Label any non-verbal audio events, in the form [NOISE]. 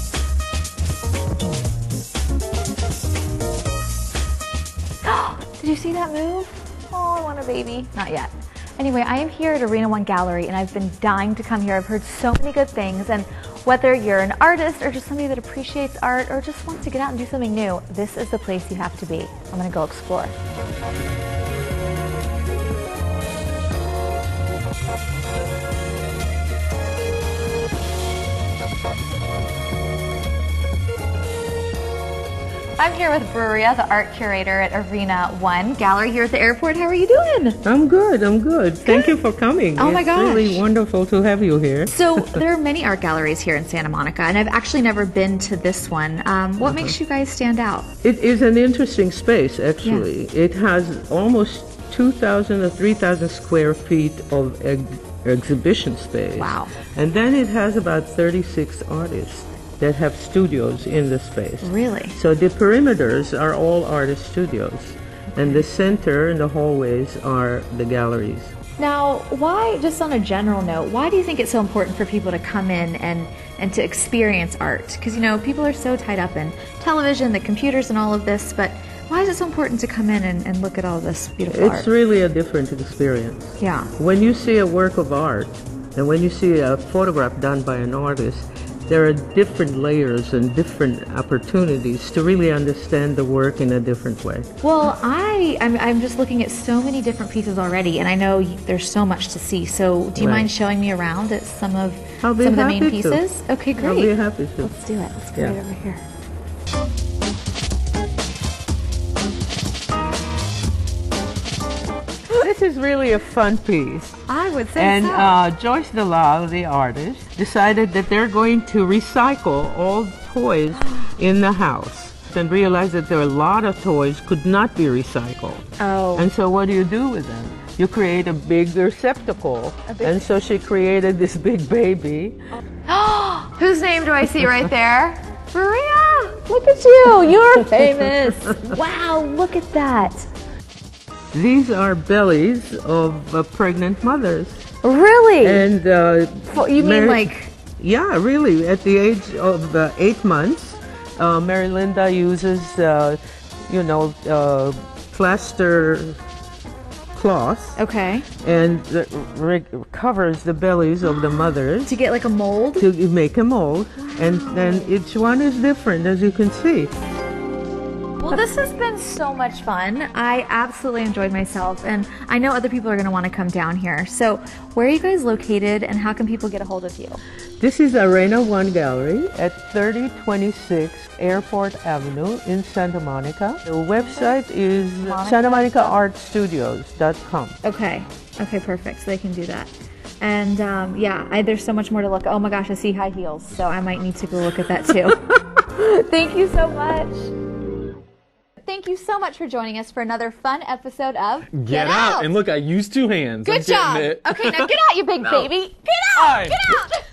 [GASPS] you see that move? Oh, I want a baby. Not yet. Anyway, I am here at Arena One Gallery and I've been dying to come here. I've heard so many good things, and whether you're an artist or just somebody that appreciates art or just wants to get out and do something new, this is the place you have to be. I'm gonna go explore. I'm here with Bruria, the art curator at Arena One Gallery here at the airport. How are you doing? I'm good. I'm good. Thank you for coming. Oh my it's really gosh. wonderful to have you here. So [LAUGHS] there are many art galleries here in Santa Monica, and I've actually never been to this one. Um, what makes you guys stand out? It is an interesting space, actually. It has almost 2,000 or 3,000 square feet of ex- exhibition space. Wow. And then it has about 36 artists that have studios in the space. Really? So the perimeters are all artist studios, and the center and the hallways are the galleries. Now, why, just on a general note, why do you think it's so important for people to come in and, and to experience art? Because, you know, people are so tied up in television, the computers, and all of this, but why is it so important to come in and, and look at all this beautiful It's art? really a different experience. yeah. When you see a work of art and when you see a photograph done by an artist, there are different layers and different opportunities to really understand the work in a different way. Well, I, I'm, I'm just looking at so many different pieces already, and I know y- there's so much to see. So, do you Right. mind showing me around at some of, I'll some be of the happy main to. pieces? Okay, great. I'll be happy to. Let's do it. Let's go Yeah. right over here. This is really a fun piece. I would say And so. uh, Joyce DeLisle, the artist, decided that they're going to recycle all toys in the house and realized that there are a lot of toys could not be recycled. Oh. And so what do you do with them? You create a big receptacle. big- and so she created this big baby. [GASPS] Whose name do I see right there? Maria! Look at you! You're famous! wow, look at that! These are bellies of uh, pregnant mothers. Really? And uh, Well, you mean Mary- like. Yeah, really. At the age of uh, eight months, uh, Mary Linda uses, uh, you know, uh, plaster cloth Okay. and the- re- covers the bellies of the mothers To get like a mold? to make a mold. And then each one is different, as you can see. Well, this has been so much fun. I absolutely enjoyed myself, and I know other people are going to want to come down here. So, where are you guys located, and how can people get a hold of you? This is Arena One Gallery at 3026 Airport Avenue in Santa Monica. The website is Santa Monica Art Studios.com. Okay. Okay, perfect. So they can do that. And um, yeah, I, there's so much more to look. Oh my gosh, I see high heels, so I might need to go look at that too. Thank you so much. Thank you so much for joining us for another fun episode of Get, Get out. And look, I used two hands. I'm Good getting job. it. [LAUGHS] Okay, now get out, you big baby. Get Hi. out. Get out.